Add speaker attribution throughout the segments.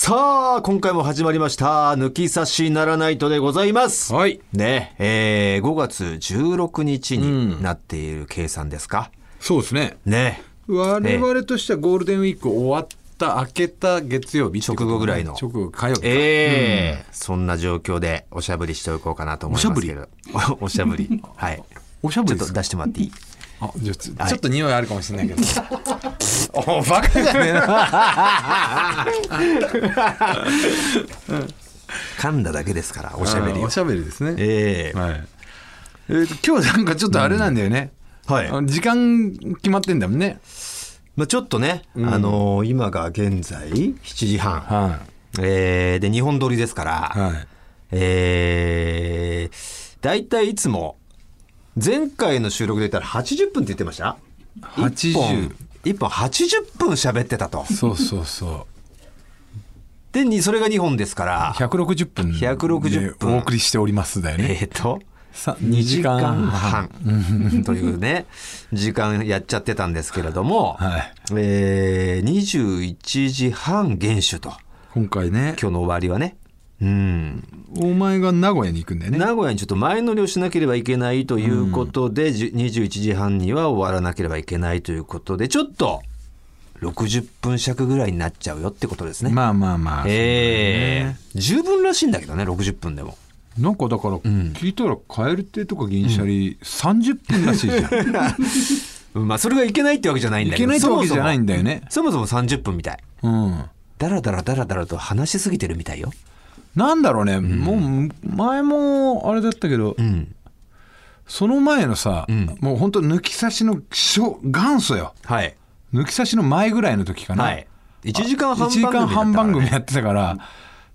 Speaker 1: さあ、今回も始まりました。抜き差しならないとでございます。
Speaker 2: はい。
Speaker 1: ね、えー、5月16日になっている計算ですか。
Speaker 2: うん、そうですね。
Speaker 1: ね。
Speaker 2: 我々としてはゴールデンウィーク終わった明けた月曜日
Speaker 1: 直後ぐらいの
Speaker 2: 直後火曜日
Speaker 1: ええーうん、そんな状況でおしゃぶりしておこうかなと思いますけどおしゃぶりはい
Speaker 2: おしゃぶ
Speaker 1: りちょっと出してもらっていい
Speaker 2: あちょちょっと匂いあるかもし れないけど。
Speaker 1: おバカじゃねえな。噛んだだけですからおしゃべり
Speaker 2: おしゃべりですね。
Speaker 1: え
Speaker 2: ー、はい。えー、今日なんかちょっとあれなんだよね。
Speaker 1: うん、はい。
Speaker 2: 時間決まってんだもんね。
Speaker 1: まあちょっとね、うん、あのー、今が現在7時半。。
Speaker 2: はい
Speaker 1: えー、で日本撮りですから。
Speaker 2: はい。
Speaker 1: えー、大体いつも。前回の収録で言ったら80分って言ってました
Speaker 2: ?80
Speaker 1: 本1本80分喋ってたと
Speaker 2: そうそうそう
Speaker 1: でそれが2本ですから
Speaker 2: 160分
Speaker 1: 160分
Speaker 2: お送りしておりますだよね
Speaker 1: えっ、ー、と
Speaker 2: 2時間半
Speaker 1: という ね時間やっちゃってたんですけれども、
Speaker 2: はい、
Speaker 1: えー、21時半厳守と
Speaker 2: 今回ね
Speaker 1: 今日の終わりはねうん、
Speaker 2: お前が名古屋に行くんだよね
Speaker 1: 名古屋にちょっと前乗りをしなければいけないということで、うん、21時半には終わらなければいけないということでちょっと60分尺ぐらいになっちゃうよってことですね
Speaker 2: まあまあまあ
Speaker 1: ええーね、十分らしいんだけどね60分でも
Speaker 2: なんかだから聞いたら蛙亭とか銀シャリ30分らし いじゃん、
Speaker 1: うん、まあそれがいけないってわけじゃないんだけど
Speaker 2: いけないってわけじゃないんだよね
Speaker 1: そもそもそも30分みたい
Speaker 2: うん
Speaker 1: だらだらだらだらと話しすぎてるみたいよ
Speaker 2: なんだろうね、うん、もう前もあれだったけど、
Speaker 1: うん、
Speaker 2: その前のさ、うん、もう本当抜き差しの元祖よ、
Speaker 1: はい、、
Speaker 2: 抜き差しの前ぐらいの時かな、はい
Speaker 1: 1時間半番組、
Speaker 2: ね、1時間半番組やってたから、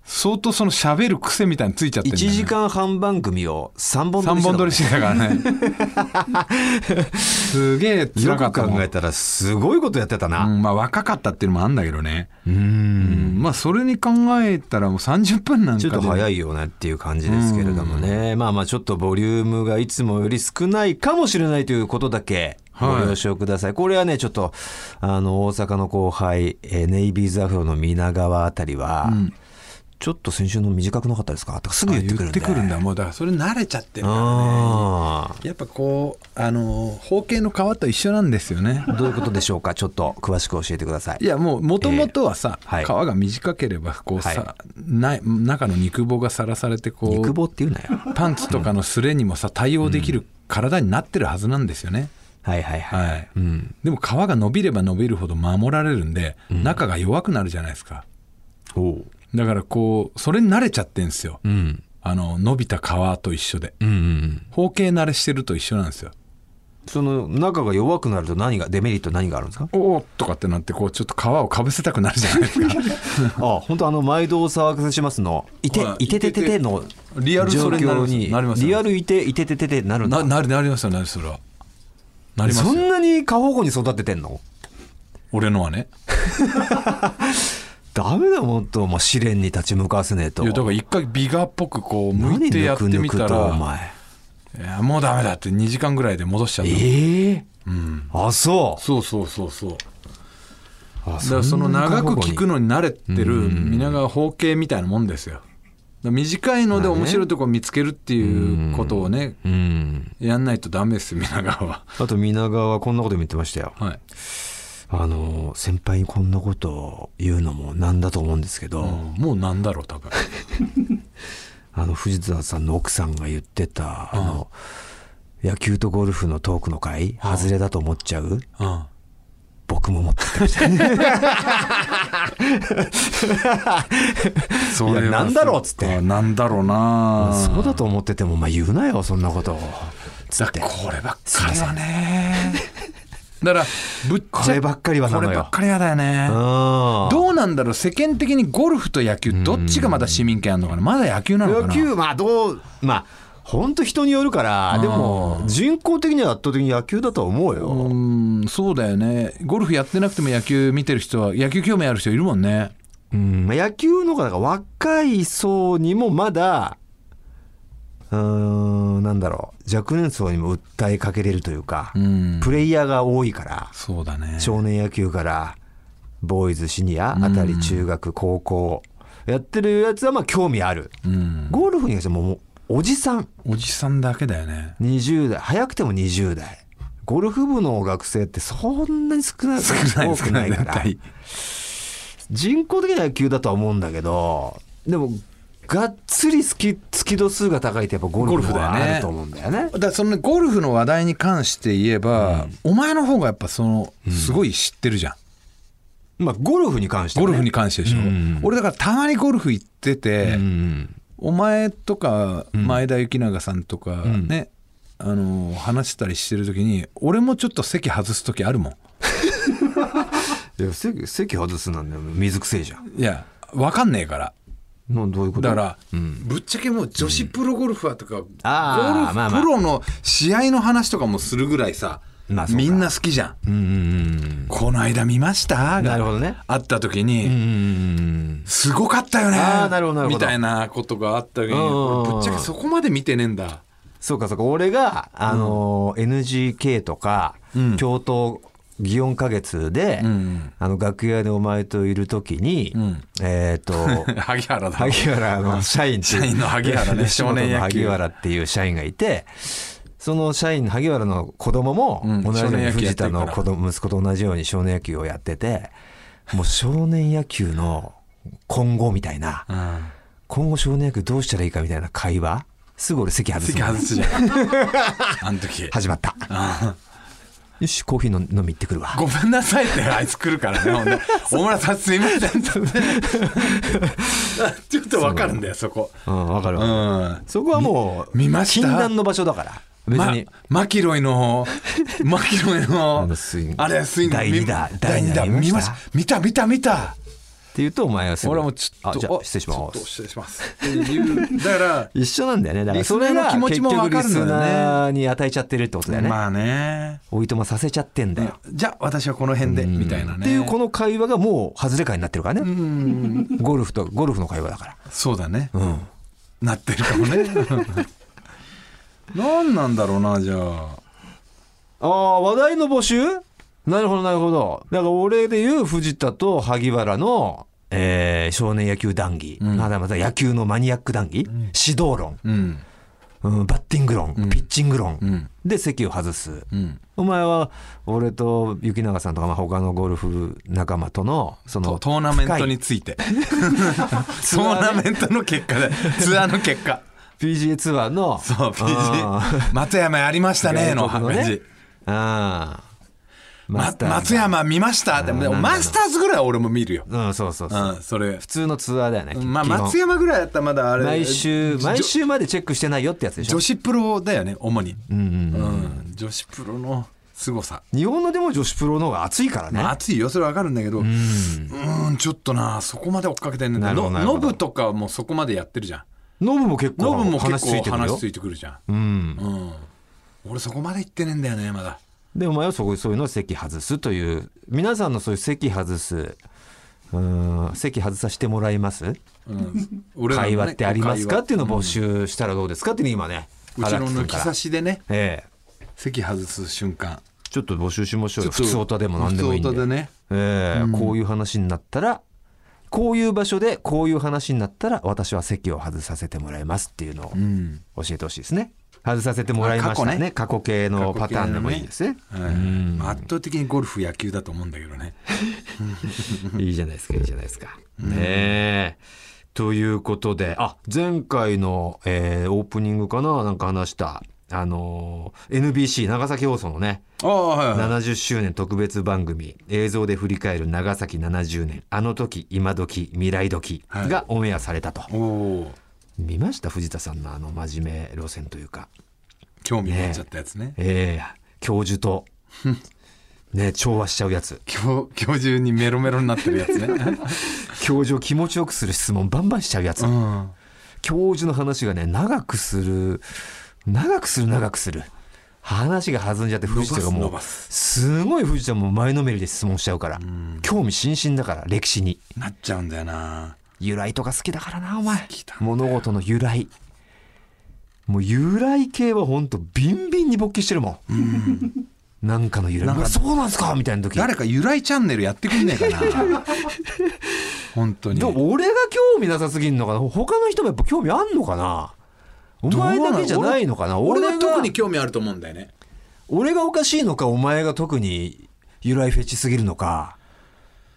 Speaker 2: 相当その喋る癖みたいについちゃってる、ね、
Speaker 1: 1時間半番組を3本撮りして
Speaker 2: た、ね、本撮りしてたからね すげえ辛かった
Speaker 1: よく考えたらすごいことやってたな、
Speaker 2: うん、まあ若かったっていうのもあんだけどね
Speaker 1: うん
Speaker 2: まあそれに考えたらもう30分なんか、ね、
Speaker 1: ちょっと早いよねっていう感じですけれどもねまあまあちょっとボリュームがいつもより少ないかもしれないということだけご了承ください、はい、これはねちょっとあの大阪の後輩、えー、ネイビーズアフロの皆川あたりは、うんちょっと先週の短くなかったですかとかすぐ言ってくるん
Speaker 2: で言ってくるんだもうだからそれ慣れちゃってるからねやっぱこうあの方形の皮と一緒なんですよね
Speaker 1: どういうことでしょうかちょっと詳しく教えてください
Speaker 2: いやもうもともとはさ、えーはい、皮が短ければこうさ、はい、な中の肉棒がさらされてこう
Speaker 1: 肉棒っていうなよ
Speaker 2: パンツとかのすれにもさ対応できる体になってるはずなんですよね、
Speaker 1: うん、はいはいはい、はい、
Speaker 2: うん、でも皮が伸びれば伸びるほど守られるんで、うん、中が弱くなるじゃないですか
Speaker 1: お
Speaker 2: だからこうそれに慣れちゃってんですよ、
Speaker 1: うん、
Speaker 2: あの伸びた皮と一緒で、
Speaker 1: うんうん、
Speaker 2: 方形慣れしてると一緒なんですよ
Speaker 1: その中が弱くなると何がデメリット何があるんですか
Speaker 2: おおとかってなってこうちょっと皮をかぶせたくなるじゃないですか
Speaker 1: あ本当あの毎度お騒がせしますのいていてててての
Speaker 2: リアルそれになります
Speaker 1: リアルいていててててなる
Speaker 2: ななるなりますよなりそれは
Speaker 1: なりますそんなに過保護に育ててんの
Speaker 2: 俺のはね
Speaker 1: ダメだもっと、まあ、試練に立ち向かわせねえと
Speaker 2: いやだから一回ビガっぽくこう向いてやってみたら
Speaker 1: お前
Speaker 2: いやもうダメだって2時間ぐらいで戻しちゃったえ
Speaker 1: え
Speaker 2: ー、うん、
Speaker 1: あそう
Speaker 2: そうそうそうそうだからその長く聞くのに慣れてる皆が方形みたいなもんですよ短いので面白いとこ見つけるっていうことをね、
Speaker 1: うん、
Speaker 2: やんないとダメです皆 川は
Speaker 1: あと皆川はこんなこと言ってましたよ、
Speaker 2: はい、
Speaker 1: あの先輩にこんなことを言うのもなんだと思うんですけど、うん
Speaker 2: もうなんだろう多分
Speaker 1: あの藤田さんの奥さんが言ってた、あの野球とゴルフのトークの会外れだと思っちゃう、
Speaker 2: ああ
Speaker 1: 僕も思ってました、ね、それなんだろうっつって
Speaker 2: なんだろうな
Speaker 1: そうだと思っててもまあ言うなよそんなこと
Speaker 2: つってこればっかりはねだからぶっち
Speaker 1: ゃこればっかりは
Speaker 2: こればっかりはだよねどうなんだろう世間的にゴルフと野球どっちがまだ市民権あるのかなまだ野球なのかな
Speaker 1: 野球まあどうまあ本当人によるからでも人口的には圧倒的に野球だとは思うよ
Speaker 2: うんそうだよねゴルフやってなくても野球見てる人は野球興味ある人いるもんね
Speaker 1: うん野球の方が若い層にもまだうんなんだろう若年層にも訴えかけれるというか、
Speaker 2: うん、
Speaker 1: プレイヤーが多いから
Speaker 2: そうだね
Speaker 1: 少年野球からボーイズシニアあたり中学高校やってるやつはまあ興味ある、
Speaker 2: うん、
Speaker 1: ゴルフに関してはもうおじさん
Speaker 2: おじさんだけだよね
Speaker 1: 20代早くても20代ゴルフ部の学生ってそんなに少ない
Speaker 2: 少ない
Speaker 1: 多
Speaker 2: 少
Speaker 1: く
Speaker 2: な
Speaker 1: ないいか
Speaker 2: 絶
Speaker 1: ら
Speaker 2: 対
Speaker 1: 人工的な野球だとは思うんだけどでもがっつり好き月度数が高いってやっぱゴルフ
Speaker 2: ゴルフだよ
Speaker 1: は
Speaker 2: ね
Speaker 1: あると思うんだよね
Speaker 2: だからそのゴルフの話題に関して言えば、お前の方がやっぱそのすごい知ってるじゃん、
Speaker 1: まあゴルフに関しては
Speaker 2: ゴ
Speaker 1: ね、
Speaker 2: ルフに関してでしょ、
Speaker 1: うん
Speaker 2: 俺だからたまにゴルフ行ってて、
Speaker 1: うん
Speaker 2: お前とか前田幸永さんとかね、あの話したりしてる時に俺もちょっと席外す時あるもん
Speaker 1: いや席席外すなんだよ水くせえじゃん
Speaker 2: いや分かんねえから
Speaker 1: なんどういうこと
Speaker 2: だから、
Speaker 1: うん
Speaker 2: ぶっちゃけもう女子プロゴルファーとか、ゴルフ
Speaker 1: あーまあまあ
Speaker 2: プロの試合の話とかもするぐらいさ、
Speaker 1: まあそうか
Speaker 2: みんな好きじゃん
Speaker 1: うんうん
Speaker 2: この間見ましたが
Speaker 1: なるほどね
Speaker 2: あった時に、
Speaker 1: うんうんうん
Speaker 2: すごかったよね
Speaker 1: あーなるほどなるほど
Speaker 2: みたいなことがあった時に、
Speaker 1: うんうんうん
Speaker 2: 俺ぶっちゃけそこまで見てねえんだ
Speaker 1: そうかそうか俺が、あのー NGK とか、
Speaker 2: うん
Speaker 1: 京都祇園花月で、
Speaker 2: ん
Speaker 1: あの楽屋でお前といる時に、
Speaker 2: ん
Speaker 1: えっ、 と
Speaker 2: 萩原だ
Speaker 1: 萩原 の社員っていう
Speaker 2: 社員の萩原 ね
Speaker 1: 吉本の
Speaker 2: 少年野
Speaker 1: 萩
Speaker 2: 球
Speaker 1: 原っていう社員がいてその社員の萩原の子供も
Speaker 2: うん
Speaker 1: 同じよう
Speaker 2: 少年
Speaker 1: に
Speaker 2: 野球
Speaker 1: 藤
Speaker 2: やって
Speaker 1: 田
Speaker 2: るから
Speaker 1: の子供息子と同じように少年野球をやっててもう少年野球の今後みたいな
Speaker 2: うん
Speaker 1: 今後少年野球どうしたらいいかみたいな会話すぐ俺席外す
Speaker 2: 席
Speaker 1: の
Speaker 2: 外すじゃ んあの時
Speaker 1: 始まったよしコーヒーの飲み行ってくるわ
Speaker 2: ごめんなさいってあいつ来るからねほん で「大村さんすいません」ってちょっと分かるんだよそこ
Speaker 1: うんわかる
Speaker 2: う
Speaker 1: わ
Speaker 2: ん
Speaker 1: そこはもう
Speaker 2: み見ました
Speaker 1: 禁断の場所だから別
Speaker 2: ま
Speaker 1: に、
Speaker 2: マキロイ のマキロイ
Speaker 1: あ
Speaker 2: の
Speaker 1: のスイング
Speaker 2: あれスイング
Speaker 1: 第二打
Speaker 2: み
Speaker 1: 第
Speaker 2: 第
Speaker 1: 二
Speaker 2: 二
Speaker 1: 打
Speaker 2: 打
Speaker 1: 見
Speaker 2: 見
Speaker 1: ま
Speaker 2: ま
Speaker 1: し
Speaker 2: したた見た見た見た
Speaker 1: っていうとお前はすぐ
Speaker 2: 俺はもうちょっ
Speaker 1: あ
Speaker 2: と
Speaker 1: じゃあ失礼し
Speaker 2: ちょ
Speaker 1: ま
Speaker 2: っと
Speaker 1: す
Speaker 2: 失礼しますっていう だか
Speaker 1: 一緒なんだよねだから
Speaker 2: リスナ
Speaker 1: それ
Speaker 2: ーの
Speaker 1: が
Speaker 2: 気持
Speaker 1: 結
Speaker 2: ちも
Speaker 1: 局
Speaker 2: わ
Speaker 1: リ
Speaker 2: かるの
Speaker 1: ス
Speaker 2: よね
Speaker 1: ナーに与えちゃってるってことだよね、
Speaker 2: らまあね
Speaker 1: おいとまさせちゃってんだよ、
Speaker 2: じゃあ私はこの辺でみたいなね
Speaker 1: っていうこの会話がもう外れ会になってるから
Speaker 2: う
Speaker 1: ね、
Speaker 2: ん
Speaker 1: ゴルフとゴルフの会話だか
Speaker 2: そうだね
Speaker 1: らうん
Speaker 2: なってるかも ね何なんだろうなじゃあ
Speaker 1: ああ話題の募集なるほどなるほどだから俺で言う藤田と萩原の、えー少年野球談義、
Speaker 2: うん
Speaker 1: まだまだ野球のマニアック談義、指導論、
Speaker 2: うん
Speaker 1: うん、バッティング論、
Speaker 2: うん
Speaker 1: ピッチング論、
Speaker 2: うん
Speaker 1: で席を外す
Speaker 2: うん
Speaker 1: お前は俺と雪永さんとかまあ他のゴルフ仲間とのその
Speaker 2: トトーナメント
Speaker 1: 深い
Speaker 2: につい てト
Speaker 1: ツア
Speaker 2: ー
Speaker 1: ー
Speaker 2: ナ
Speaker 1: ね
Speaker 2: メントの結果でツアーの結果
Speaker 1: PGA ツアーの
Speaker 2: そう PG
Speaker 1: あ
Speaker 2: 松山やりましたねの
Speaker 1: 外国のね
Speaker 2: 感じ、
Speaker 1: ーあー
Speaker 2: ま
Speaker 1: マスターズ
Speaker 2: 松山見ましたで
Speaker 1: なんだ
Speaker 2: も
Speaker 1: ろう
Speaker 2: マスターズぐらいは俺も見るよ、
Speaker 1: うんそうそう
Speaker 2: う、
Speaker 1: そうん
Speaker 2: それ
Speaker 1: 普通のツアーだよね
Speaker 2: まあ
Speaker 1: 基本
Speaker 2: 松山ぐらいだったらまだあれ
Speaker 1: 毎週毎週までチェックしてないよってやつでしょ
Speaker 2: 女子プロだよね主に、
Speaker 1: うんうんうん
Speaker 2: うん、女子プロの凄さ
Speaker 1: 日本のでも女子プロの方が熱いからね
Speaker 2: まあ、熱いよそれは分かるんだけどうーんちょっとなそこまで追っかけてんねん
Speaker 1: なるほど
Speaker 2: の
Speaker 1: なるほ
Speaker 2: ノ
Speaker 1: ど
Speaker 2: ブとかもそこまでやってるじゃん
Speaker 1: ノブも結構
Speaker 2: ノブも
Speaker 1: 話
Speaker 2: 結
Speaker 1: つい
Speaker 2: 構
Speaker 1: てくる
Speaker 2: 話
Speaker 1: よ
Speaker 2: ついてくるじゃ
Speaker 1: うん
Speaker 2: ん、うん、俺そこまで行ってねえんだよねまだ
Speaker 1: でお前はそこそういうのを席外すという皆さんのそういう席外すうん席外させてもらいます
Speaker 2: うん、俺らの
Speaker 1: 会
Speaker 2: ね
Speaker 1: 話ってあります
Speaker 2: 会
Speaker 1: か
Speaker 2: 話
Speaker 1: っていうのを募集したらどうですかっていうの今ね
Speaker 2: うち
Speaker 1: 原
Speaker 2: の
Speaker 1: 木さん
Speaker 2: 抜
Speaker 1: か
Speaker 2: き
Speaker 1: ら
Speaker 2: 差しでね
Speaker 1: ええ
Speaker 2: 席外す瞬間
Speaker 1: ちょっと募集しましょうよ普
Speaker 2: ちょっと
Speaker 1: 通オタでも何でもいいんで
Speaker 2: 普通オタでね
Speaker 1: ええこういう話になったらこういう場所でこういう話になったら私は席を外させてもらいますっていうの
Speaker 2: うん
Speaker 1: を教えてほしいですね外させてもらいましたね過去
Speaker 2: あ
Speaker 1: 系のパターンでもいいですね
Speaker 2: はいまあ圧倒的にゴルフ野球だと思うんだけどね
Speaker 1: いいじゃないですかいいじゃないですか、ねえということであ前回の、えーオープニングかななんか話したあのー NBC 長崎放送のね
Speaker 2: ああはいはい
Speaker 1: 70周年特別番組「映像で振り返る長崎70年あの時今時未来時」
Speaker 2: はい
Speaker 1: がオンエアされたと、
Speaker 2: おおー
Speaker 1: 見ました藤田さんのあの真面目路線というか
Speaker 2: 興味持っちゃったやつね
Speaker 1: ええ教授 とね調和しちゃうやつ
Speaker 2: 今日今日中にメロメロになってる やつね
Speaker 1: 教授を気持ちよくする質問バンバンしちゃうやつ、
Speaker 2: うん
Speaker 1: 教授の話がね長くする長くする長くする話が弾んじゃって藤田がも
Speaker 2: 伸
Speaker 1: う
Speaker 2: ばす
Speaker 1: すごい藤田も前のめりで質問しちゃうから
Speaker 2: ん
Speaker 1: 興味津々だから歴史に
Speaker 2: なっちゃうんだよな
Speaker 1: 由来とか好きだからなお前
Speaker 2: きだね
Speaker 1: 物事の由来もう由来系はほんとビンビンに勃起してるもんなんかの由
Speaker 2: なん
Speaker 1: 来
Speaker 2: か
Speaker 1: そうなんすかみたいな時
Speaker 2: 誰か由来チャンネルやってくんねえかな本当に
Speaker 1: でも俺が興味なさすぎんのかな他の人もやっぱ興味あんのかなお前だけじゃないのかな
Speaker 2: 俺
Speaker 1: 俺
Speaker 2: は
Speaker 1: が
Speaker 2: 特に興味あると思うんだよね
Speaker 1: 俺がおかしいのかお前が特に由来フェチすぎるのか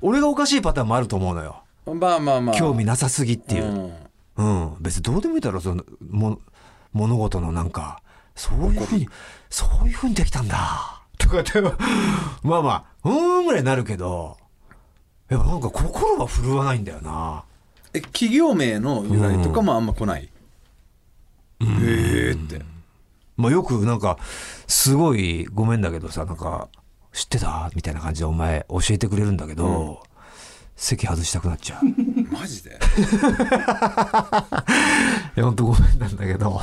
Speaker 1: 俺がおかしいパターンもあると思うのよ
Speaker 2: まあまあまあ
Speaker 1: 興味なさすぎっていうう、
Speaker 2: ん
Speaker 1: うん別にどうでもいいだろそのも物事のなんかそういうふうにそういうふうにできたんだとかってまあまあうーんぐらいになるけどやっぱなんか心は震わないんだよな
Speaker 2: え企業名の由来とかもあんま来ない、ええって
Speaker 1: まあ、よくなんか、すごいごめんだけどさ、なんか、知ってたみたいな感じでお前教えてくれるんだけど、席外したくなっちゃう。い
Speaker 2: マジで
Speaker 1: や、ほんとごめんなんだけど、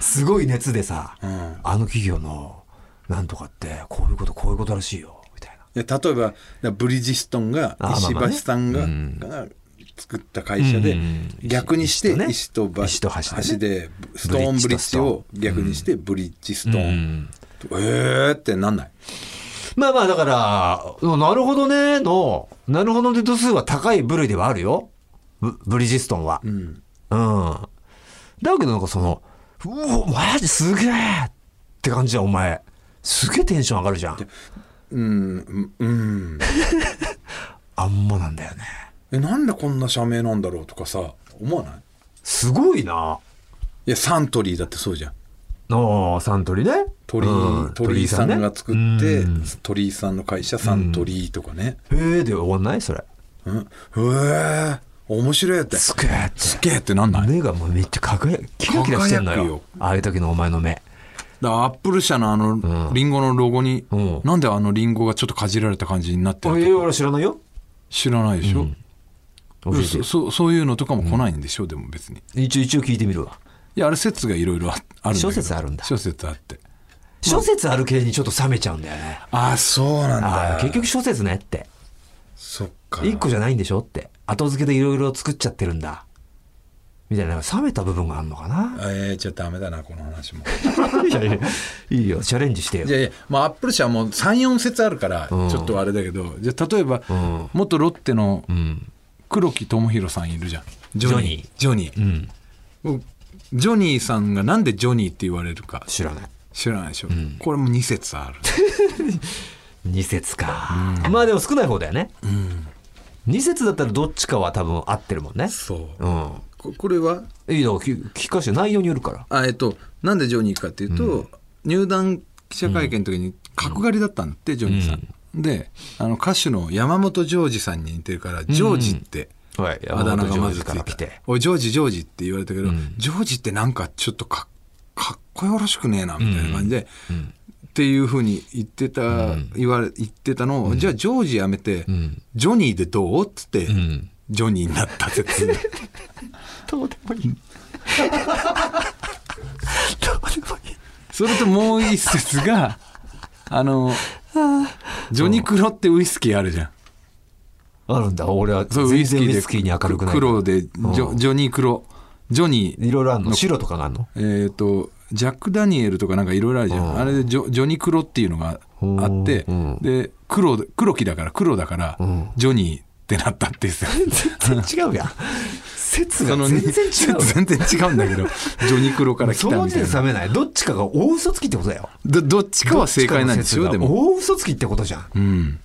Speaker 1: すごい熱でさ、
Speaker 2: うん
Speaker 1: あの企業のなんとかって、こういうこと、こういうことらしいよ、みたいな。
Speaker 2: いや例えばだブリヂストンが
Speaker 1: あ
Speaker 2: 石
Speaker 1: まあまあ
Speaker 2: 橋
Speaker 1: ね
Speaker 2: さんが,、
Speaker 1: うん
Speaker 2: が作った会社で、
Speaker 1: うんうんうん
Speaker 2: 逆にして石
Speaker 1: 石
Speaker 2: と
Speaker 1: と
Speaker 2: 橋
Speaker 1: ね石と橋でね
Speaker 2: でストーンブリッジを逆にしてブリッジストーン、ええってなんない
Speaker 1: まあまあ、だから、なるほどね、の、なるほどね度数は高い部類ではあるよ。ブブリヂストンは。
Speaker 2: うん
Speaker 1: うん。だけどなんかその、うお、マジすげえって感じだ、お前。すげえテンション上がるじゃん。
Speaker 2: うんうん
Speaker 1: あんまなんだよね。
Speaker 2: えなんでこんな社名なんだろうとかさ思わない
Speaker 1: すごいな。
Speaker 2: いやサントリーだってそうじゃん
Speaker 1: のサントリーね。
Speaker 2: 鳥居
Speaker 1: うん
Speaker 2: 鳥居さんが作って、
Speaker 1: うん
Speaker 2: 鳥居さんの会社サントリーとかね、
Speaker 1: へえで終わんないそれ。
Speaker 2: うん、うえ面白いって
Speaker 1: すげえって。
Speaker 2: すげえってなんない
Speaker 1: 目がもうめっちゃ輝くキラキラしてんのよ
Speaker 2: 輝くよ
Speaker 1: ああいう時のお前の目
Speaker 2: だからアップル社のあの
Speaker 1: うん
Speaker 2: リンゴのロゴに、
Speaker 1: うん
Speaker 2: なんであのリンゴがちょっとかじられた感じになって
Speaker 1: あ
Speaker 2: る
Speaker 1: い
Speaker 2: と
Speaker 1: や
Speaker 2: か
Speaker 1: 俺知らないよ
Speaker 2: 知らないでしょ、
Speaker 1: 教えて
Speaker 2: そ
Speaker 1: よ
Speaker 2: そそういうのとかも来ないんでしょ、でも別に
Speaker 1: 一応一応聞いてみるわ
Speaker 2: いやあれ説がいろいろああるんだけど
Speaker 1: 諸説あるんだ
Speaker 2: 諸説あって
Speaker 1: 諸説ある系にちょっと冷めちゃうんだよね
Speaker 2: あそうなん
Speaker 1: ああ結局諸説ねって
Speaker 2: そっか
Speaker 1: 一個じゃないんでしょって後付けでいろいろ作っちゃってるんだみたいな冷めた部分があるのかな
Speaker 2: えー、じゃあダメだなこの話 も
Speaker 1: いやいやいいよチャレンジしてよ
Speaker 2: いやいやまあアップル社はもう34説あるからち
Speaker 1: うん
Speaker 2: ょっとあれだけど、じゃあ例えば、
Speaker 1: うん
Speaker 2: 元ロッテの
Speaker 1: うん
Speaker 2: 黒木智弘さんいるじゃんジョニージョニー
Speaker 1: うん
Speaker 2: 僕ジョニーさんがなんでジョニーって言われるか
Speaker 1: 知らない
Speaker 2: 知らないでしょ、これも2説ある
Speaker 1: 二説かまあでも少ない方だよね二説だったらどっちかは多分合ってるもんね
Speaker 2: そううんここれは
Speaker 1: い
Speaker 2: い
Speaker 1: だろ聞聞かして内容によるから
Speaker 2: あえっとなんでジョニーかっていうと、入団記者会見の時に角刈りだったんだって、ジョニーさん、であの歌手の山本ジョージさんに似てるからジョージって、
Speaker 1: はい
Speaker 2: あだ名がまずつ
Speaker 1: から
Speaker 2: い
Speaker 1: 来
Speaker 2: て
Speaker 1: て
Speaker 2: 「おいジョージジョージ」って言われたけど、ジョージってなんかちょっとかかっこよろしくねえなみたいな感じで、っていうふうに言ってた、言われ言ってたのを、じゃあジョージやめて、
Speaker 1: ん
Speaker 2: ジョニーでどうっつって、
Speaker 1: ん
Speaker 2: ジョニーになった説
Speaker 1: どうでもいいどうでもいい
Speaker 2: それともう一説があのジョニクロってウイスキーあるじゃん
Speaker 1: あるんだ俺は
Speaker 2: そう
Speaker 1: 全然ウイスキーに明るくない
Speaker 2: 黒でジョジョニークロジョニー
Speaker 1: いろいろあるの白とかがあるの
Speaker 2: えー、とジャック・ダニエルとかなんかいろいろあるじゃん、
Speaker 1: うん
Speaker 2: あれでジョジョニクロっていうのがあって、
Speaker 1: うん
Speaker 2: で黒で黒木だから黒だから、
Speaker 1: ん
Speaker 2: ジョニーってなった って言ってた
Speaker 1: 全然違うやん 説が
Speaker 2: その
Speaker 1: 全然違う
Speaker 2: 全然違うんだけ どジョニクロから来
Speaker 1: そ
Speaker 2: た
Speaker 1: の
Speaker 2: み
Speaker 1: 時
Speaker 2: たい
Speaker 1: 点で冷
Speaker 2: な
Speaker 1: めないどっちかが大嘘つきってことだよ
Speaker 2: どどっちかは正解なんですよ
Speaker 1: どっ
Speaker 2: で
Speaker 1: ちかの説が
Speaker 2: も、
Speaker 1: 大嘘つきってことじゃんあ
Speaker 2: うん、あ一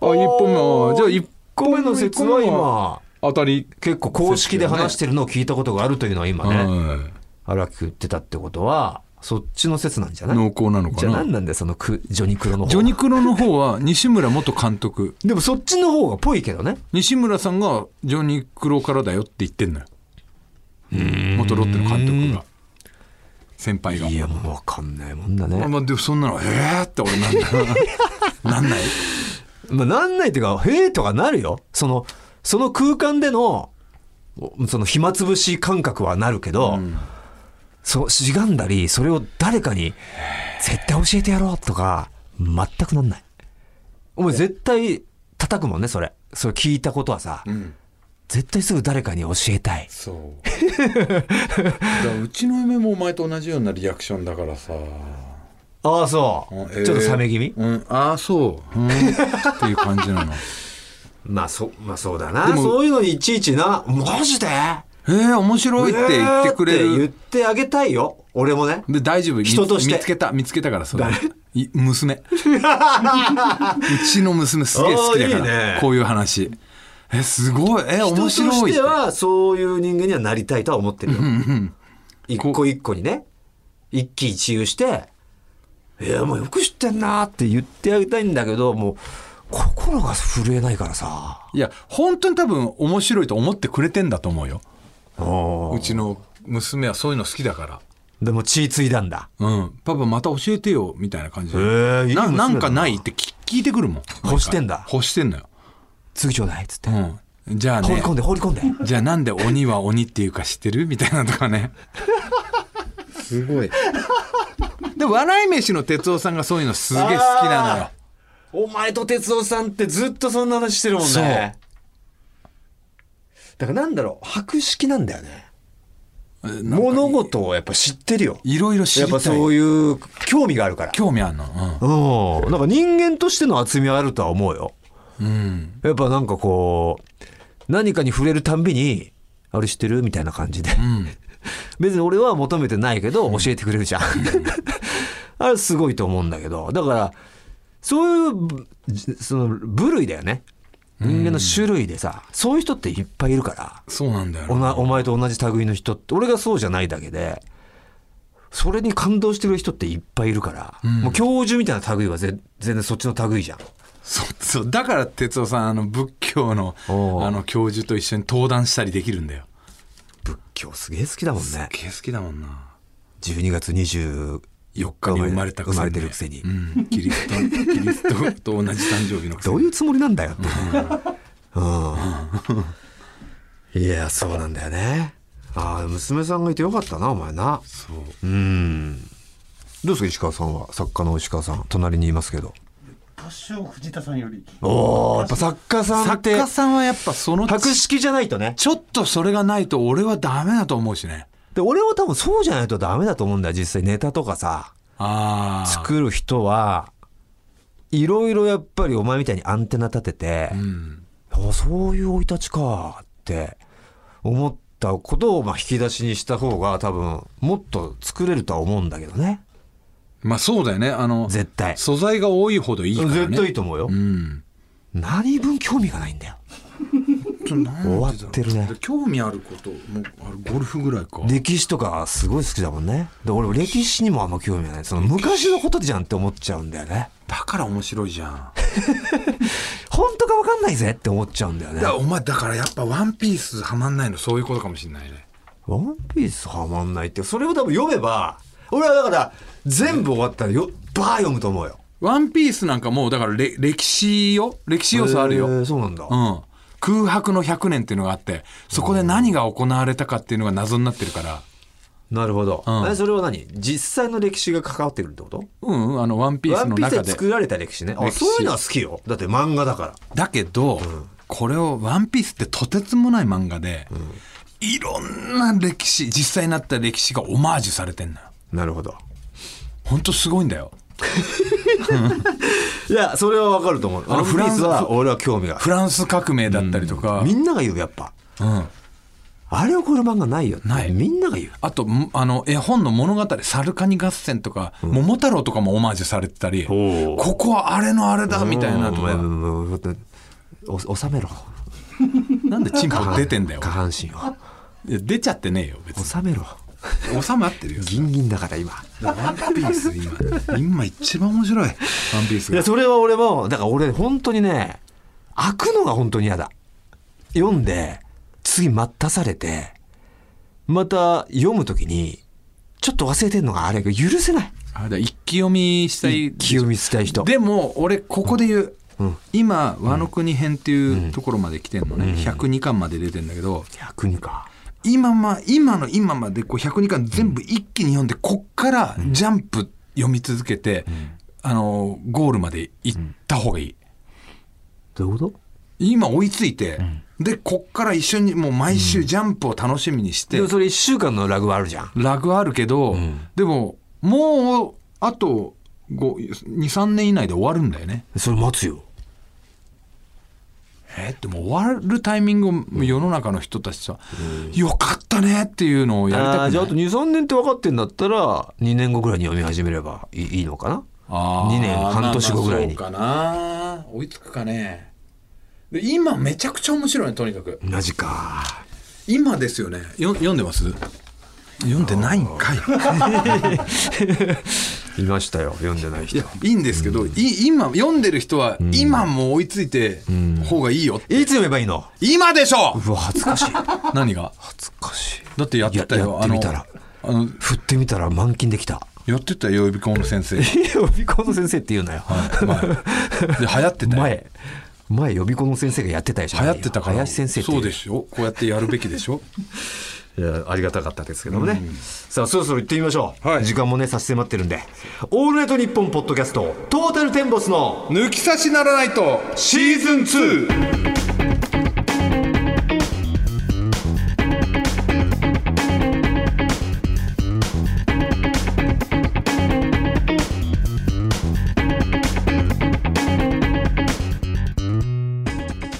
Speaker 2: 本目あじゃあ一
Speaker 1: 個目の説は
Speaker 2: 一本目
Speaker 1: 今
Speaker 2: 当たり、
Speaker 1: 結構公式で話してるのを聞いたことがあるというのは今ね
Speaker 2: はい
Speaker 1: 荒木君言ってたってことはそっちの説なんじゃない
Speaker 2: 濃厚なの
Speaker 1: じ
Speaker 2: か
Speaker 1: ゃあ何
Speaker 2: な
Speaker 1: なんだよそのくジョニクロの方
Speaker 2: ジョニクロの方は西村元監督
Speaker 1: でもそっちの方がぽいけどね
Speaker 2: 西村さんがジョニー・クロからだよって言ってんのよ元ロッテの監督が先輩が
Speaker 1: いやもう分かんないもんだ
Speaker 2: まあ
Speaker 1: ね
Speaker 2: まあでもそんなのええー、って俺なんだなんない
Speaker 1: まあ、なんないっていうか、へえとかなるよ。その、その空間での、おその暇つぶし感覚はなるけど、そう、しがんだり、それを誰かに、絶対教えてやろうとか、全くなんない。お前絶対叩くもんね、それ。それ聞いたことはさ、
Speaker 2: ん
Speaker 1: 絶対すぐ誰かに教えたい。
Speaker 2: そうだからうちの嫁もお前と同じようなリアクションだからさ
Speaker 1: ああそう、
Speaker 2: えー
Speaker 1: ちょっと冷め気味
Speaker 2: うん、ああそう、うん、っていう感じなの
Speaker 1: まあそまあそうだな
Speaker 2: でも
Speaker 1: そういうのにいちいちなマジで
Speaker 2: えー、面白いって言ってくれ
Speaker 1: えーって言っ
Speaker 2: る
Speaker 1: てあげたいよ俺もね
Speaker 2: で大丈夫見つ
Speaker 1: 人として
Speaker 2: 見つけた見つけたからそれ
Speaker 1: 誰
Speaker 2: い 娘うちの娘すげえ好きだか
Speaker 1: あ
Speaker 2: ら
Speaker 1: ーいいね
Speaker 2: こういう話えすごいえ面
Speaker 1: 人と
Speaker 2: 白い
Speaker 1: し
Speaker 2: ってて
Speaker 1: はそういう人間にはなりたいとは思ってるよ
Speaker 2: うん
Speaker 1: 一個一個にね一喜一憂して「いやもうよく知ってんな」って言ってあげたいんだけどもう心が震えないからさ
Speaker 2: いや本当に多分面白いと思ってくれてんだと思うよ
Speaker 1: おー
Speaker 2: うちの娘はそういうの好きだから
Speaker 1: でも血ついだんだ
Speaker 2: うん、パパまた教えてよみたいな感じで、
Speaker 1: へえいい娘だ
Speaker 2: な
Speaker 1: な
Speaker 2: なんかないってき聞いてくるもん
Speaker 1: 欲してんだ
Speaker 2: 欲してんのよ、
Speaker 1: 次ちょうだいっつって、
Speaker 2: うん、じゃあ
Speaker 1: 放り
Speaker 2: ね
Speaker 1: 込んで放り込んで
Speaker 2: じゃあなんで鬼は鬼っていうか知ってるみたいなとかねすごい で笑い飯の哲夫さんがそういうのすげえ好きなのよ
Speaker 1: お前と哲夫さんってずっとそんな話してるもんねだからなんだろう博識なんだよね
Speaker 2: えなんか
Speaker 1: 物事をやっぱ知ってるよ
Speaker 2: いろいろ知
Speaker 1: や
Speaker 2: り
Speaker 1: ったぱ
Speaker 2: い
Speaker 1: そういう興味があるから
Speaker 2: 興味あんのう
Speaker 1: うん、なんか人間としての厚みはあるとは思うよ。
Speaker 2: ん、うん、
Speaker 1: やっぱなんかこう、何かに触れるたんびに、あれ知ってるみたいな感じで。 別に俺は求めてないけど、教えてくれるじゃん。あれすごいと思うんだけど。だから、そういう、じその、部類だよね。人間の種類でさ、そういう人っていっぱいいるから。
Speaker 2: そうなんだよ
Speaker 1: お
Speaker 2: な
Speaker 1: なお前と同じ類の人って俺がそうじゃないだけでそれに感動してる人っていっぱいいるから、もう教授みたいな類はぜ全然そっちの類じゃん
Speaker 2: そうそうだから哲夫さんあの仏教のあ
Speaker 1: おう
Speaker 2: の教授と一緒に登壇したりできるんだよ
Speaker 1: 仏教すげえ好きだもんね
Speaker 2: すっげえ好きだもんな
Speaker 1: 12月24
Speaker 2: 4日に生まれたくせに
Speaker 1: 生まれてるくせに
Speaker 2: うん、キリストキリストと同じ誕生日のくせ
Speaker 1: ど
Speaker 2: に
Speaker 1: ういうつもりなんだよってうん、いやそうなんだよねああ娘さんがいてよかったなお前な
Speaker 2: そ
Speaker 1: う
Speaker 2: う
Speaker 1: んどうですか石川さんは作家の石川さん隣にいますけど
Speaker 3: 年を藤田さんより
Speaker 1: おおやっぱ作家さんっ
Speaker 2: 作
Speaker 1: て
Speaker 2: 家さんはやっぱその
Speaker 1: 博識じゃないとね
Speaker 2: ちょっとそれがないと俺はダメだと思うしね
Speaker 1: で俺も多分そうじゃないとダメだと思うんだよ実際ネタとかさ
Speaker 2: ああ
Speaker 1: 作る人はいろいろやっぱりお前みたいにアンテナ立てて、
Speaker 2: うん
Speaker 1: あそういう生い立ちかって思ったことをまあ引き出しにした方が多分もっと作れるとは思うんだけどね
Speaker 2: まあそうだよねあの
Speaker 1: 絶対
Speaker 2: 素材が多いほどいいからね
Speaker 1: 絶対いいと思うよ、
Speaker 2: うん
Speaker 1: 何分興味がないんだよ
Speaker 2: 終
Speaker 1: わってるね
Speaker 2: 興味あることもあれゴルフぐらいか
Speaker 1: 歴史とかすごい好きだもんねで俺歴史にもあんま興味がないその昔のことじゃんって思っちゃうんだよね
Speaker 2: だから面白いじゃん
Speaker 1: 本当か分かんないぜって思っちゃうんだよね
Speaker 2: だお前だからやっぱ「ワンピースはまんないのそういうことかもしれないね
Speaker 1: ワンピースはまんないって、それを多分読めば、俺はだから、全部終わったらよ、バー読むと思うよ。
Speaker 2: 「ワンピースなんかもうだかられ歴史よ歴史要素あるよ、
Speaker 1: えーそうなんだ。
Speaker 2: うん、空白の100年っていうのがあってそこで何が行われたかっていうのが謎になってるから
Speaker 1: なるほど。
Speaker 2: うん
Speaker 1: えそれは何実際の歴史が関わってくるってこと
Speaker 2: うんうんあの「ワンピー
Speaker 1: ワ
Speaker 2: ス
Speaker 1: ン
Speaker 2: の
Speaker 1: ピース
Speaker 2: 中
Speaker 1: で
Speaker 2: で
Speaker 1: 作られた歴史ね。あ
Speaker 2: 歴史
Speaker 1: そういうのは好きよ。だって漫画だから。
Speaker 2: だけど、これを「ワンピースってとてつもない漫画で、いろんな歴史実際になった歴史がオマージュされてんのよ
Speaker 1: なるほど。
Speaker 2: ほんとすごいんだよ
Speaker 1: いや、それはわかると思う。
Speaker 2: あ
Speaker 1: ワ
Speaker 2: の
Speaker 1: ンピース
Speaker 2: フラン
Speaker 1: は俺は興味がある。
Speaker 2: フランス革命だったりとか、
Speaker 1: みんなが言う、やっぱ。
Speaker 2: うん
Speaker 1: あれを超える漫画ないよって。
Speaker 2: ない
Speaker 1: みんなが言う。
Speaker 2: あとむあの絵本の物語「サルカニ合戦」とか「桃太郎」とかもオマージュされてたり、
Speaker 1: おー
Speaker 2: ここはあれのあれだみたいなと
Speaker 1: お前
Speaker 2: か、
Speaker 1: もうお収めろ。
Speaker 2: なんでチンポ出てんだよ
Speaker 1: 下半身を。
Speaker 2: いや出ちゃってねえよ別に
Speaker 1: 収めろ。
Speaker 2: 収まってるよ
Speaker 1: ギンギンだから今。
Speaker 2: ワンピース 今今一番面白いワンピース
Speaker 1: いや
Speaker 2: が
Speaker 1: それは俺もだから俺本当にね開くのが本当に嫌だ読んで次待たされてまた読む時にちょっと忘れてんのがあれが許せない
Speaker 2: あだから一気読みしたい
Speaker 1: 清見したい人
Speaker 2: でも俺ここで言う、
Speaker 1: うん
Speaker 2: 今「和の国編」っていうところまで来てんのね、102巻まで出てんだけど
Speaker 1: 逆にか
Speaker 2: 今ま今の今までこう102巻全部一気に読んでこっからジャンプ読み続けて、あのゴールまで行った方がいい、
Speaker 1: どういうこと
Speaker 2: 今追いついて、でこっから一緒にもう毎週ジャンプを楽しみにして、
Speaker 1: でもそれ1週間のラグはあるじゃん
Speaker 2: ラグはあるけど、でももうあと23年以内で終わるんだよね
Speaker 1: それ待つよ
Speaker 2: えでも終わるタイミングを世の中の人たちさ、よかったねっていうのをやりたく
Speaker 1: あ
Speaker 2: な
Speaker 1: ー
Speaker 2: い
Speaker 1: じゃああと23年って分かってんだったら2年後ぐらいに読み始めればいいいいのかな
Speaker 2: あー
Speaker 1: 2年半年後ぐらいに
Speaker 2: まあまあそうかな追いつくかねで今めちゃくちゃ面白いねとにかく
Speaker 1: マジか
Speaker 2: 今ですよねよ読んでます読んでないんかい
Speaker 1: いましたよ読んでない
Speaker 2: い
Speaker 1: 人
Speaker 2: やいいんですけど、い今読んでる人は今もう追いついて方がいいよって、
Speaker 1: いつ読めばいいの
Speaker 2: 今でしょ
Speaker 1: うわ恥ずかし い
Speaker 2: 何が
Speaker 1: 恥ずかしい
Speaker 2: だってやってた
Speaker 1: やや
Speaker 2: よ
Speaker 1: ってみたら
Speaker 2: あのあの
Speaker 1: 振ってみたら満金できた
Speaker 2: やってたよ予備校の先生はい
Speaker 1: 予備校の先生って言うなよ
Speaker 2: 前で流行ってた よ
Speaker 1: 前前予備校の先生がやってたでしょ
Speaker 2: 流行ってたから
Speaker 1: 林先生ってい
Speaker 2: そうでしょこうやってやるべきでしょ
Speaker 1: いやありがたかったですけどもね、さあそろそろ行ってみましょう、
Speaker 2: はい
Speaker 1: 時間もね差し迫ってるんで「オールナイトニッポン」ポッドキャストトータルテンボスの
Speaker 2: 抜き差しならないとシーズン 2!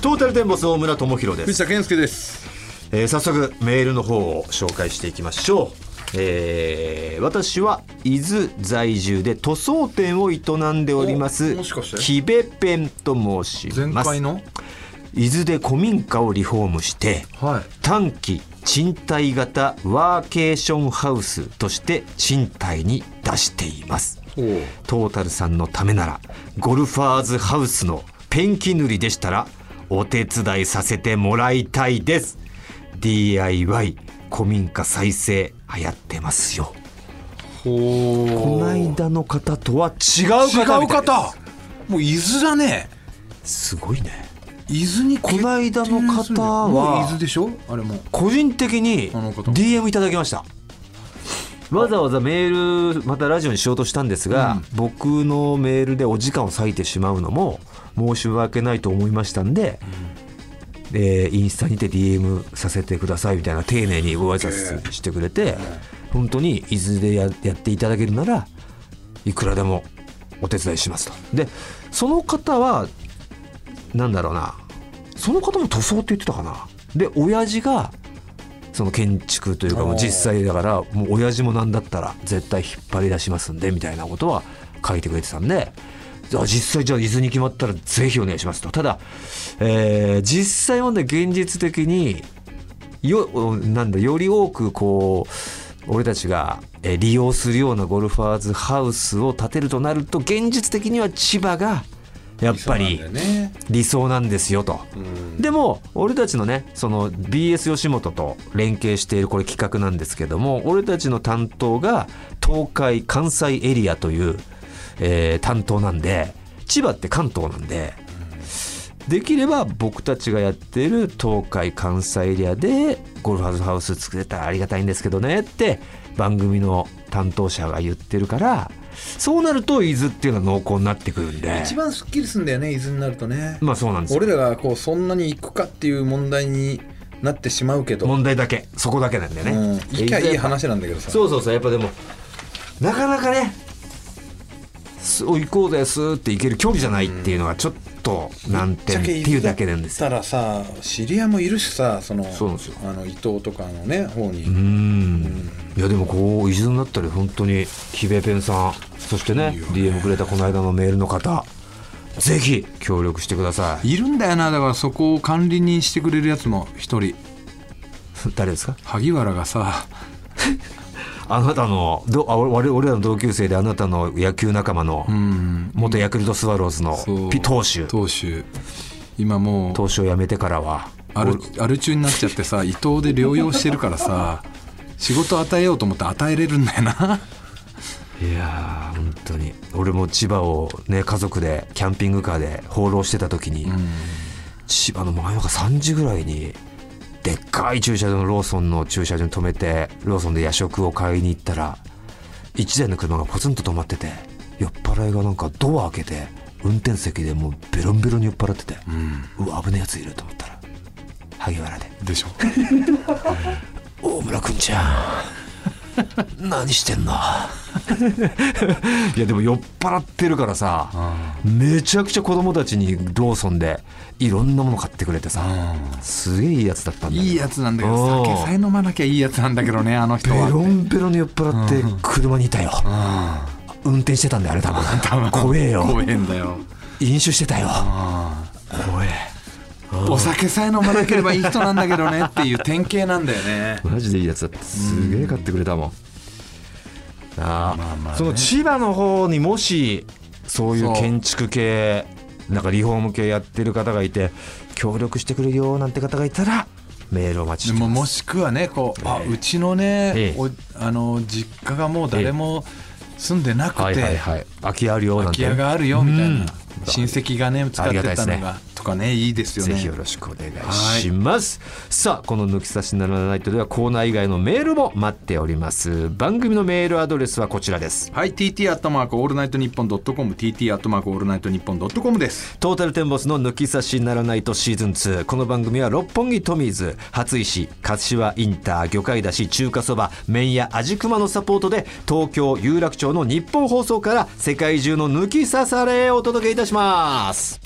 Speaker 1: トータルテンボス大村智広です
Speaker 2: 藤田健介です
Speaker 1: えー早速メールの方を紹介していきましょう。えー私は伊豆在住で塗装店を営んでおります
Speaker 2: おもしかして
Speaker 1: 木部ペンと申し
Speaker 2: 前
Speaker 1: ます
Speaker 2: 回の
Speaker 1: 伊豆で古民家をリフォームして
Speaker 2: はい
Speaker 1: 短期賃貸型ワーケーションハウスとして賃貸に出しています
Speaker 2: おう
Speaker 1: トータルさんのためならゴルファーズハウスのペンキ塗りでしたらお手伝いさせてもらいたいです DIY 古民家再生流行ってますよ
Speaker 2: ほう
Speaker 1: こないだの方とは違う方みたい
Speaker 2: 違
Speaker 1: です
Speaker 2: う方もう伊豆だね
Speaker 1: すごいね
Speaker 2: 伊豆にこ
Speaker 1: こないだの方は
Speaker 2: もう伊豆でしょあれも
Speaker 1: 個人的に
Speaker 2: あの方も
Speaker 1: DM いただきましたわざわざメールまたラジオにしようとしたんですが、僕のメールでお時間を割いてしまうのも申し訳ないと思いましたんで、えーインスタにて DM させてくださいみたいな丁寧にご挨拶してくれて、本当に伊豆でややっていただけるならいくらでもお手伝いしますとでその方はなんだろうなその方も塗装って言ってたかなで親父がその建築というかもう実際だからもう親父もなんだったら絶対引っ張り出しますんでみたいなことは書いてくれてたんでじゃあ実際じゃあ伊豆に決まったらぜひお願いしますとただ、えー実際はね現実的によなんだより多くこう俺たちがえー利用するようなゴルファーズハウスを建てるとなると現実的には千葉がやっぱり。
Speaker 2: そうなんだよね
Speaker 1: 理想なんですよと、でも俺たちのねその BS 吉本と連携しているこれ企画なんですけども俺たちの担当が東海関西エリアという、えー担当なんで千葉って関東なんで、できれば僕たちがやってる東海関西エリアでゴルファーズハウス作れたらありがたいんですけどねって番組の担当者が言ってるからそうなると伊豆っていうのは濃厚になってくるんで
Speaker 2: 一番すっきりすんだよね伊豆になるとね、
Speaker 1: まあそうなんですよ
Speaker 2: 俺らがこうそんなに行くかっていう問題になってしまうけど、
Speaker 1: 問題だけそこだけなんでね、
Speaker 2: うん、行きゃいい
Speaker 1: やっ
Speaker 2: 話なんだけどさ
Speaker 1: ぱそうそうそうやっぱでもなかなかねすお行こうぜすーって行ける距離じゃないっていうのはちょっと難点っていうだけなんですよ
Speaker 2: たらさ知り合いもいるしさその
Speaker 1: そうなんですよ
Speaker 2: あの伊東とかのね方に、
Speaker 1: うんいやでもこう伊豆になったり本当に木部ペンさんそしてね DM くれたこの間のメールの方ぜひ協力してください
Speaker 2: いるんだよなだからそこを管理人してくれるやつも一人
Speaker 1: 誰ですか
Speaker 2: 萩原がさ
Speaker 1: あなたのどあ俺俺らの同級生であなたの野球仲間の
Speaker 2: うん
Speaker 1: 元ヤクルトスワローズの
Speaker 2: そう
Speaker 1: ピ投手
Speaker 2: 投手今もう
Speaker 1: 投手を辞めてからは
Speaker 2: アルアル中になっちゃってさ伊藤で療養してるからさ仕事与えようと思って与えれるんだよな
Speaker 1: いやー本当に俺も千葉をね家族でキャンピングカーで放浪してた時に、千葉の真夜中3時ぐらいにでっかい駐車場のローソンの駐車場に止めてローソンで夜食を買いに行ったら1台の車がポツンと止まってて酔っ払いがなんかドア開けて運転席でもうベロンベロンに酔っ払ってて、うわ危ねえやついると思ったら萩原で
Speaker 2: でしょ
Speaker 1: 大村くんちゃん何してんの いやでも酔っ払ってるからさめちゃくちゃ子供たちにローソンでいろんなもの買ってくれてさすげえいいやつだったんだけど
Speaker 2: いいやつなんだけど酒さえ飲まなきゃいいやつなんだけどねあの人
Speaker 1: ベ
Speaker 2: は
Speaker 1: ロンベロに酔っ払って車にいたよ運転してたんだよあ れ多分怖えよ
Speaker 2: 怖えんだよ
Speaker 1: 飲酒してたよ怖え
Speaker 2: お酒さえ飲まなければいい人なんだけどねっていう典型なんだ よね
Speaker 1: マジでいいやつだったすげえ買ってくれたもん、あー
Speaker 2: まあまあね
Speaker 1: その千葉の方にもしそうい
Speaker 2: そうう
Speaker 1: 建築系なんかリフォーム系やってる方がいて協力してくれるよなんて方がいたらメールをお待ち
Speaker 2: で
Speaker 1: してます
Speaker 2: ももしくはねこう、あ
Speaker 1: ええ
Speaker 2: うちのね、
Speaker 1: ええ
Speaker 2: おあの実家がもう誰も住んでなくて、
Speaker 1: はいはいはい空き家あるよなん
Speaker 2: 空
Speaker 1: て
Speaker 2: き家があるよみたいな、
Speaker 1: うん
Speaker 2: 親戚がね使って
Speaker 1: ありがたい
Speaker 2: た
Speaker 1: です
Speaker 2: の
Speaker 1: ね
Speaker 2: がとかねいいですよね
Speaker 1: ぜひよろしくお願いします、さあこの「抜き差しならないと」ではコーナー以外のメールも待っております番組のメールアドレスはこちらです
Speaker 2: はい TT アットマークオールナイトニッポンドットコム TT アットマークオールナイトニッポンドットコムです
Speaker 1: トータルテンボスの抜き差しならないとシーズン2。この番組は六本木トミーズ、初石、柏インター、魚介だし、中華そば、麺屋、味熊のサポートで、東京有楽町の日本放送から世界中の抜き差されをお届けいたします。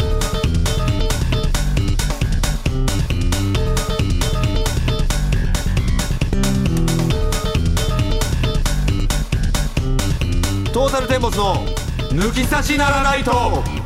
Speaker 1: トータルテンボスの抜き差しならないと。